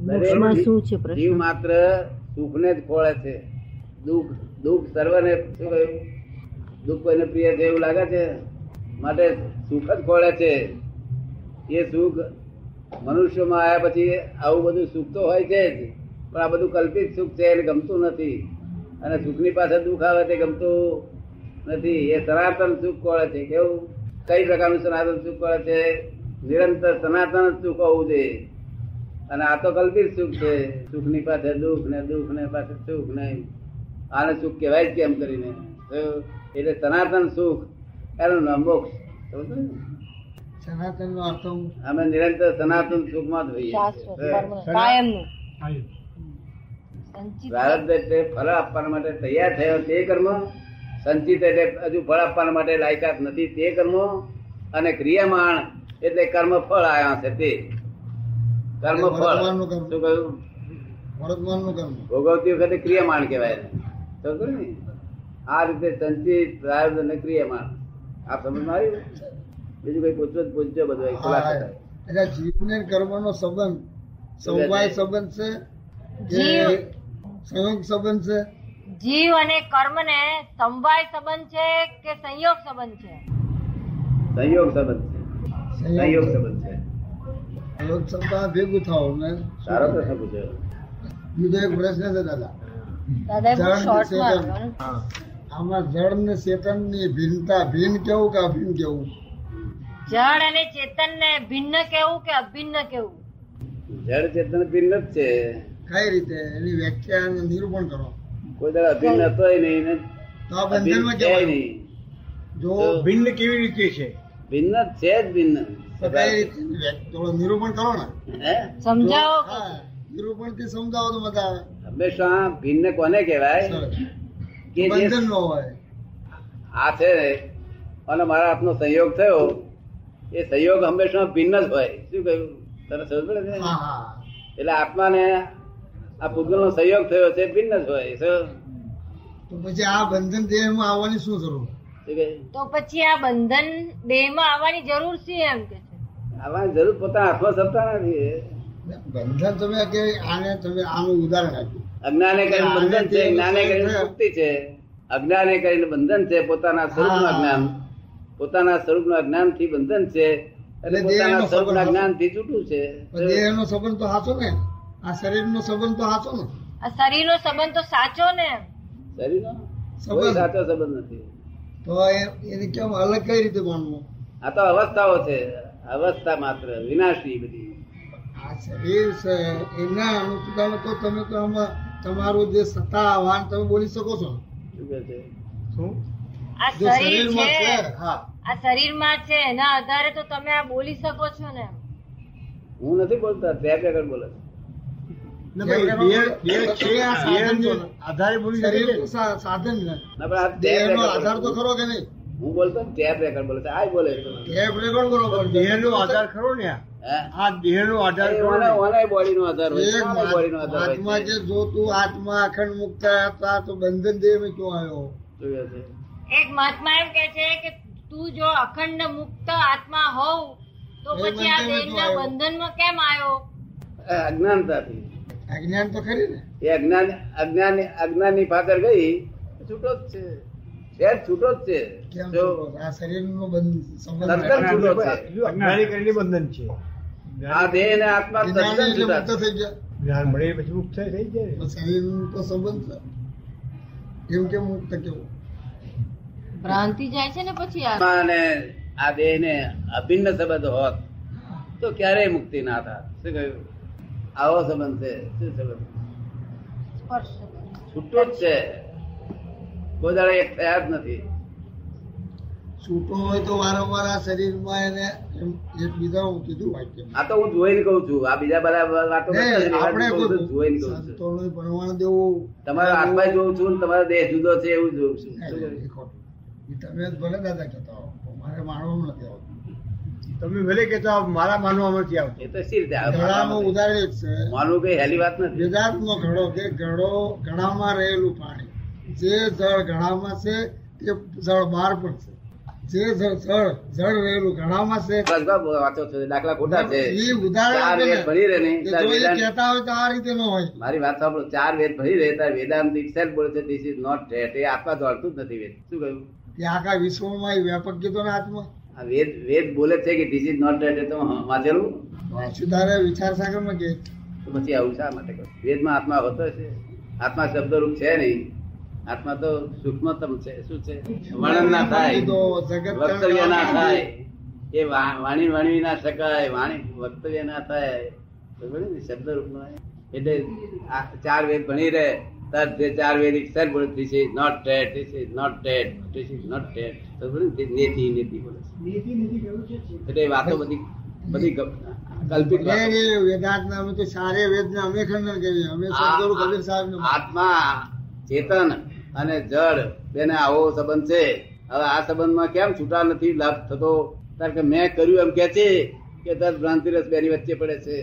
મોક્ષમાં દરેક શું છે પ્રશ્ન? જીવ માત્ર સુખને જ ખોળે છે દુઃખ દુઃખ સર્વને શું કહ્યું દુઃખ કોઈને પ્રિય છે એવું લાગે છે માટે સુખ જ ખોળે છે એ સુખ મનુષ્યમાં આવ્યા પછી આવું બધું સુખ તો હોય છે જ પણ આ બધું કલ્પિત સુખ છે એને ગમતું નથી અને સુખની પાસે દુઃખ આવે તે ગમતું નથી એ સનાતન સુખ કોળે છે કેવું કઈ પ્રકારનું સનાતન સુખ કોળે છે નિરંતર સનાતન જ સુખ હોવું જોઈએ અને આ તો કલ્પિત સુખ છે સુખની પાસે દુઃખ ને દુઃખ ને પાસે સુખ ને આને સુખ કહેવાય જ કેમ કરીને તો એટલે સનાતન સુખ એનું નામ મોક્ષ સમજો ને? સનાતન નો અર્થ હું અમે નિરંતર સનાતન સુખમાં જ હોઈએ શાશ્વત, છીએ. પરમાનન્ટ, સના- કાયમનું. પ્રારબ્ધ એટલે ફળ આપવા માટે તૈયાર થયો તે કર્મ સંચિત એટલે હજુ ફળ આપવા માટે લાયકાત નથી તે કર્મ અને ક્રિયામાણ એટલે કર્મ ફળ આવ્યા છે તે કર્મ ફળ ભગવાનનું કર્મ. શું કહ્યું વર્તમાન નું કર્મ ભોગવતી વખતે ક્રિયામાણ કહેવાય એને. સમજો ને આ રીતે સંચિત પ્રારબ્ધ અને ક્રિયામાણ આપ સમજમાં આવ્યું બીજું કઈ પૂછવું જ પૂછજો બધું અહીં ખુલાસો હા, થાય. એટલે જીવ ને કર્મ નો સંબંધ સમવાય સંબંધ છે જીવ. કે સંયોગ સંબંધ છે જીવ અને કર્મ ને સમવાય સંબંધ છે કે સંયોગ સંબંધ છે સંયોગ સંબંધ છે સંયોગ સંબંધ છે સંયોગ શબ્દ આ ભેગું થાવ ને સારો પ્રશ્ન પૂછ્યો બીજો એક પ્રશ્ન છે દાદા દાદા એ બહુ જળ short માં ચેતન. આપ્યો ને. આમાં જળ ને ચેતન ની ભિન્નતા ભિન્ન કેવું કે અભિન્ન કેવું જળ અને ચેતન ને ભિન્ન કેવું કે અભિન્ન કેવું જળ ચેતન ભિન્ન જ છે કઈ રીતે એની વ્યાખ્યા અને નિરૂપણ કરો કોઈ દાડો અભિન્ન હતોય નહીં ને તો આ અભિન્ન બંધનમાં છે કેવાય નહીં જો તો ભિન્ન કેવી રીતે છે ભિન્ન જ છે જ ભિન્ન તો કઈ રીતે એની વ્યાખ્યા- થોડું નિરૂપણ કરો ને હે? સમજાવો કે હા, નિરૂપણથી સમજાવો તો મજા આવે હંમેશા ભિન્ન કોને કહેવાય સરસ. કે જે બંધન ન હોય આ છે ને, અને મારા હાથનો સંયોગ થયો એ સંયોગ હંમેશા ભિન્ન જ હોય શું કહ્યું તને સમજ પડે છે હા હા એટલે આત્માને આ પૂતગલનો સંયોગ થયો છે ભિન્ન જ હોય શું તો પછી આ બંધન દેહમાં આવવાની શું જરૂર શું કહ્યું? તો પછી આ બંધન દેહ માં આવવાની જરૂર છે એમ કે છે આવાની જરૂર પોતાના હાથમાં સત્તા નથી બંધન તમે કે આને તમે આનું ઉદાહરણ આપ્યું અજ્ઞાને કરીને બંધન છે જ્ઞાને કરીને હા. મુક્તિ છે અજ્ઞાને કરીને બંધન છે પોતાના સ્વરૂપનું હા. અજ્ઞાન પોતાના સ્વરૂપનું અજ્ઞાનથી બંધન છે અને એટલે પોતાના દેહનો સ્વરૂપના સંબંધ. અજ્ઞાનથી છૂટું છે પણ દેહનો સંબંધ તો સાચો ને આ શરીરનો સંબંધ તો સાચો ને આ શરીર નો સંબંધ તો સાચો ને શરીરનો સંબંધ. કોઈ સાચો સંબંધ નથી તો એ- એને કેમ અલગ કઈ રીતે માનવું આ તો અવસ્થાઓ છે અવસ્થા માત્ર વિનાશી બધી આ શરીર છે એના અનુસંધાને તો તમે તો આમાં તમારું જે સત્તા આહવાન તમે બોલી શકો છો શું કહે છે શું આ જો શરીર શરીરમાં છે છે હા આ શરીર માં છે એના આધારે તો તમે આ બોલી શકો છો ને હું નથી બોલતો તે આગળ બોલે છે. ના ભાઈ દેહ- દેહ છે આ દેહની આધારે બોલી શકે શરીર તો છે. સા- સાધન ને ના, પણ આ ટેપ દેહનો રેકોર્ડ આધાર તો બોલે છે. ખરો કે નહીં હું બોલતો ને ટેપ રેકોર્ડ બોલે છે આ બોલે છે. ટેપ રેકોર્ડ કરો પણ પણ દેહનો આધાર ખરો ને આ? હે? આ દેહનો આધાર એ ખરો ને? ઓલા- ઓલા બોડીનો આધાર હોય છે. એક ઓલા બોડીનો આધાર હોય છે. આત્મા જે જોતું આત્મા અખંડ મુક્ત હતા તો બંધન દેહ માં ક્યાં આવ્યો શું કહે છે? એક મહાત્મા એમ કે છે કે તું જો અખંડ મુક્ત આત્મા હોવ તો એ પછી આ બંધનમાં દેહના જો આવ્યો. બંધનમાં કેમ આવ્યો આ અજ્ઞાનતાથી અજ્ઞાન તો ખરી ને એ અજ્ઞાન અજ્ઞાન અજ્ઞાનની પાછળ ગઈ છૂટો જ છે શેર છૂટો જ છે કેમ જો ખબર? આ શરીર નો બંધ સંબંધ તદ્દન નથી. છૂટો છે બીજું અજ્ઞાની કરીને બંધન છે આ દેહ ને આત્મા જ્ઞાન તદ્દન એટલે છૂટા છે. મુક્ત થઈ ગયા જ્ઞાન મળે પછી મુક્ત થઈ જાય ને. તો શરીર તો સંબંધ છે એમ કેમ મુક્ત કેવું ભ્રાંતિ જાય છે ને પછી આ આત્મા અને આ દેહ ને અભિન્ન સંબંધ હોત તો ક્યારેય મુક્તિ ના થાત શું કહ્યું આવો સંબંધ છે શું સંબંધ સ્પર્શ છૂટો જ છે કોઈ દાડે એક થયા જ નથી છૂટો હોય તો વારંવાર આ શરીરમાં એને એમ એક બીજા હું કીધું વાક્ય આ તો હું જોઈને કઉ છું આ બીજા બધા વાતો કરતા ને નથી. આ આપણે જોઈને કહું છું સંતોને ભણવાણ દેવું તમારો આત્મા જોઉં છું ને તમારો દેહ જુદો છે એવું જોઉં છું શું કહ્યું? એ ખોટું. એ તમે જ ભલે દાદા કહેતા હો પણ મારે માનવું નથી આવતું તમે ભલે કહેતા હો, મારા માનવામાં નથી આવતું એ તો સી રીતે આવે? ઘડામાં ઉદાહરણ એક છે માનવું કઈ હેલી વાત નથી વેદાંતનો ઘડો કે ઘડો ઘડામાં રહેલું પાણી જે જળ ઘડામાં છે તે જળ બહાર પણ છે જે જળ જળ- જળ રહેલું ઘણામાં છે બસ વાંચો છો દાખલા ખોટા છે એ ચાર ઉદાહરણ વેદ આપે ભણી રહે ને, નહીં કે તાર જો એ વેદાંત કહેતા હોય તો આ રીતે ન હોય મારી વાત સાંભળો ચાર વેદ ભણી રહે તાર વેદાંત itself બોલે છે this is not that. એ આત્મા દોડતું જ નથી વેદ શું કહ્યું કે આખા વિશ્વમાં એ વ્યાપક કીધો ને આત્મા આ વેદ વેદ બોલે છે કે this is not that એ તો વાંચેલું સુધારે વિચાર સાગરમાં કે તો પછી આવું શા માટે કહ્યું? વેદમાં આત્મા હોતો છે આત્મા શબ્દરૂપ છે નહીં આત્મા તો સૂક્ષ્મતમ છે શું છે વર્ણન ના થાય કીધો, જગત વક્તવ્ય ના થાય એ વા- વાણી વણવી ના શકાય વાણી વક્તવ્ય ના થાય બરોબર ને? શબ્દ રૂપમાં એટલે આ ચાર વેદ ભણી રહે તાર જે ચાર વેદ સર બોલે this is not TET this is not TET this is not TET બરોબર ને? નેતિ નેતિ બોલે છે. એટલે એ વાતો બધી બધી ગપ- કલ્પિત વાતો. ભલે એ વેદાંતને અમે તો સારે વેદને અમે ખંડન કરીએ અમે સદગુરુ કબીર સાહેબને આ- આત્મા ચેતન અને જળ બેને આવો સંબંધ છે હવે આ સંબંધમાં કેમ છૂટા નથી લાભ થતો કારણ કે મેં કર્યું એમ કે છે કે દસ ભ્રાંતિરસ બેની વચ્ચે પડે છે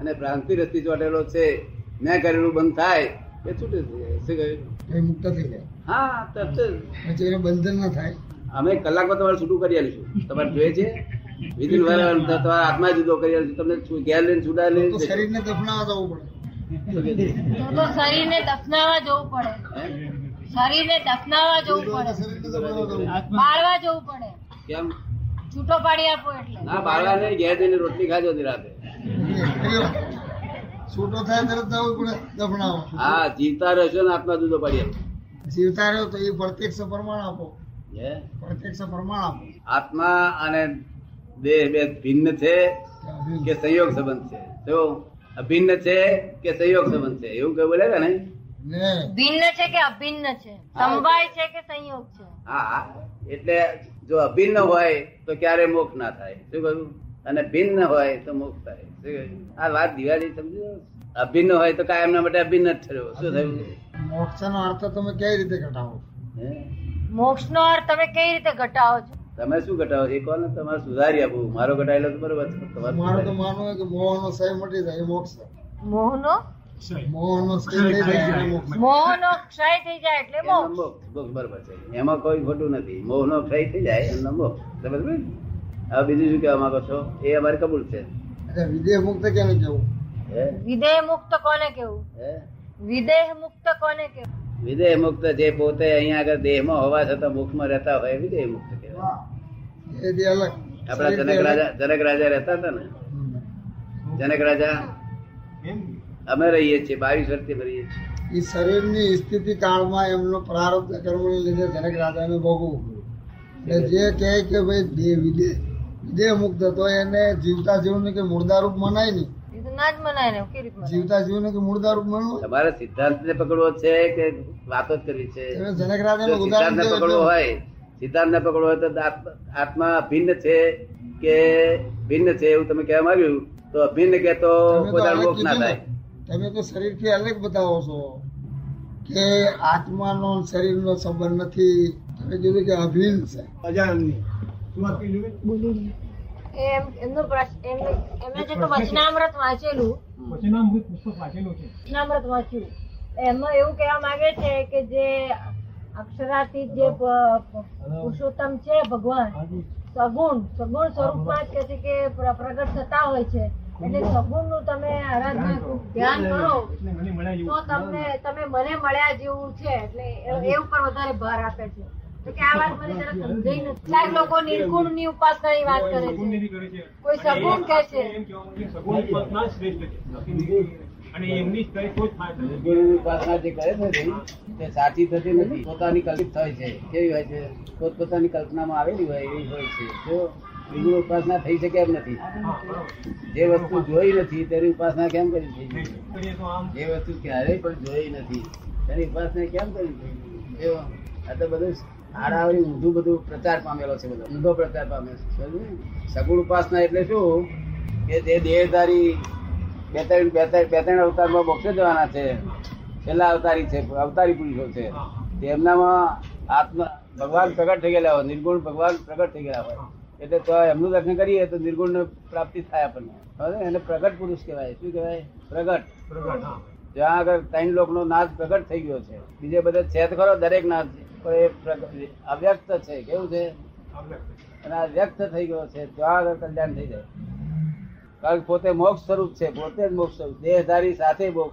અને ભ્રાંતિરસ થી ચોટેલો છે મેં કરેલું બંધ થાય એ છૂટે છે શું કહ્યું? એ મુક્ત થઈ જાય હા તરત જ. પછી એને બંધન ના થાય અમે કલાકમાં તમારે છૂટું કરી આવીશું તમારે જોઈએ છે વિધિન વાર તમારા આત્મા જુદો કરી આવીશું તમને છુ- ઘેર લઈને છૂટા લઈને તો શરીરને દફનાવા જવું પડે શું કહે છે? તો તો શરીરને દફનાવા જવું પડે હે? શરીરને દફનાવા જવું તો પડે શરીરને દફનાવા જવું પડે. બાળવા જવું પડે કેમ છૂટો પાડી આપો એટલે ના બાળા ને ઘેર જઈને રોટલી ખાજો હતી રાતે ફરી વખત. છૂટો થાય તરત જવું પડે દફનાવા હા જીવતા રહેશો ને આત્મા જુદો પાડી આપો. જીવતા રહ્યો તો એ પ્રત્યક્ષ પ્રમાણ આપો હે? પ્રત્યક્ષ પ્રમાણ આપો આત્મા અને દેહ બે ભિન્ન છે કે સંયોગ સંબંધ છે તો અભિન્ન છે કે સંયોગ સંબંધ છે એવું કઈ બોલે કે નહીં ને ભિન્ન છે કે અભિન્ન છે સમવાય છે કે સંયોગ છે હા હા. એટલે જો અભિન્ન હોય તો ક્યારે મોક્ષ ના થાય શું કહ્યું અને ભિન્ન હોય તો મોક્ષ થાય શું કહ્યું? આ વાત દિવાળી સમજો અભિન્ન હોય તો કાયમ ના માટે અભિન્ન જ થયો શું થયું મોક્ષનો અર્થ તમે કઈ રીતે ઘટાવો હે? મોક્ષનો અર્થ તમે કઈ રીતે ઘટાવો છો તમે શું ઘટાડો એ કોને તમારે સુધારી આપવું મારો ઘટાડેલો તો બરોબર છે તમારો મારું તો માનવું હોય કે મોહનો સય મટી જાય એ મોક્ષ મોહનો મોહનો સય મટી જાય એ મોક્ષ. મોહનો ક્ષય થઈ જાય એટલે એમનો મોક્ષ મોક્ષ. મોક્ષ બરોબર છે એમાં કોઈ ખોટું નથી મોહનો ક્ષય થઈ જાય એમનો મોક્ષ સમજ પડી ને? હવે બીજું શું કહેવા માંગો છો એ અમારે કબૂલ છે એટલે વિદેહ મુક્ત કેને કેવું હે વિદેહ મુક્ત કોને કેવું હે વિદેહ મુક્ત કોને કેવું વિદેહ મુક્ત જે પોતે અહીંયા આગળ દેહમાં હોવા છતાં મોક્ષમાં રહેતા હોય એ વિદેહ મુક્ત કહેવાય એ જે અલગ આપણા શરીરથી જનક અલગ. રાજા જનક રાજા રહેતા હતા ને હમ. જનક રાજા એમ. અમે રહીએ છીએ બાવીસ વર્ષથી અમે રહીએ છીએ એ શરીરની સ્થિતિ કાળમાં એમનો પ્રારબ્ધ કર્મને લીધે જનક રાજાને ભોગવવું પડ્યું એટલે જે કહે કે ભાઈ દેહ વિદેહ વિદેહ મુક્ત તો એને જીવતા જીવને કે મૂર્દારૂપ મનાય નહીં એ તો ના જ મનાય ને કેવી રીતે મનાય? જીવતા જીવને કે મૂર્દારૂપ મનવું તમારે સિદ્ધાંત ને પકડવો છે કે વાતો જ કરવી છે એને જનક જો રાજાનું ઉદાહરણ સિદ્ધાંતને છે પકડવો હોય સિદ્ધાંતને પકડવો હોય તો આત્મ- આત્મા ભિન્ન છે કે ભિન્ન છે એવું તમે કહેવા માંગ્યું તો અભિન્ન કહેતો કોઈ તમે તો દાડો અલગ મોક્ષ ના કીધું ને. થાય તમે તો શરીરથી અલગ બતાવો છો કે આત્માનો અને શરીરનો સંબંધ નથી તમે કીધું કે અભિન્ન છે અજાણની. શું વાત કરી જોકે? એમ એમનો પ્રશ્ન એમને એમને જે તો વચનામૃત વાંચેલું વચનામૃત પુસ્તક વાંચેલું છે. વચનામૃત વાંચ્યું એમાં એવું કહેવા માંગે છે કે જે અક્ષરાતીત જે પ- પ- પુરુષોત્તમ છે ભગવાન સગુણ સગુણ સ્વરૂપમાં જ કહે છે કે પ્ર- પ્રગટ થતા હોય છે એટલે સગુણનું તમે આરાધના ખૂબ ધ્યાન કરો એટલે મને મળ્યા જેવું. તો તમને તમે મને મળ્યા જેવું છે એટલે એ- એ ઉપર વધારે ભાર આપે છે તો કે આ વાત મને જરા સમજાઈ નથી કેટલાક લોકો નિર્ગુણની ઉપાસનાની વાત કરે સગુણ છે નીતિ કરે છે. કોઈ સગુણ કહે છે એમ કહેવા માંગે છે, સગુણ ઉપાસના જ શ્રેષ્ઠ છે. બાકી બીજું અને એમની જ કઈ કોઈ જ ફાયદો નથી. ગુરુની ઉપાસના જે કરે છે ને, તે સાચી થતી નથી પોતાની કલ્પિત થાય છે કેવી હોય છે પોતપોતાની કલ્પનામાં આવેલી હોય એવી હોય છે જો ગુરુ ઉપાસના થઈ શકે એમ નથી હા, બરાબર. જે વસ્તુ જોઈ નથી તેની ઉપાસના કેમ કરી થઈ શકે? કરીએ તો આમ જે વસ્તુ ક્યારેય પણ જોઈ નથી તેની ઉપાસના કેમ કરી એવો આ તો બધું આડાવડી ઊંધું બધું પ્રચાર પામેલો છે બધો ઊંધો પ્રચાર પામેલો છે સમજ્યું ને? સગુણ ઉપાસના એટલે શું કે જે દેહધારી બે ત્રણ બે ત્રણ બે ત્રણ અવતારમાં મોક્ષે જવાના છે છેલ્લા અવતારી છે અવતારી પુરુષો છે તેમનામાં આત્મા ભગવાન પ્રગટ થઈ ગયેલા હોય નિર્ગુણ ભગવાન પ્રગટ થઈ ગયેલા હોય એટલે તો એમનું દર્શન કરીએ તો નિર્ગુણ પ્રાપ્તિ થાય આપણને હવે એને પ્રગટ પુરુષ કહેવાય શું કહેવાય પ્રગટ પ્રગટ, હા. જ્યાં આગળ ત્રણ લોકનો નાશ પ્રગટ થઈ ગયો છે બીજે બધે છે તો ખરો દરેક નાશ છે. પણ એ પ્રગ- અવ્યક્ત છે કેવું છે અને આ વ્યક્ત થઈ ગયો છે તો આગળ કલ્યાણ થઈ જાય કારણ કે પોતે મોક્ષ સ્વરૂપ છે પોતે જ મોક્ષ સ્વરૂપ દેહધારી સાથે મોક્ષ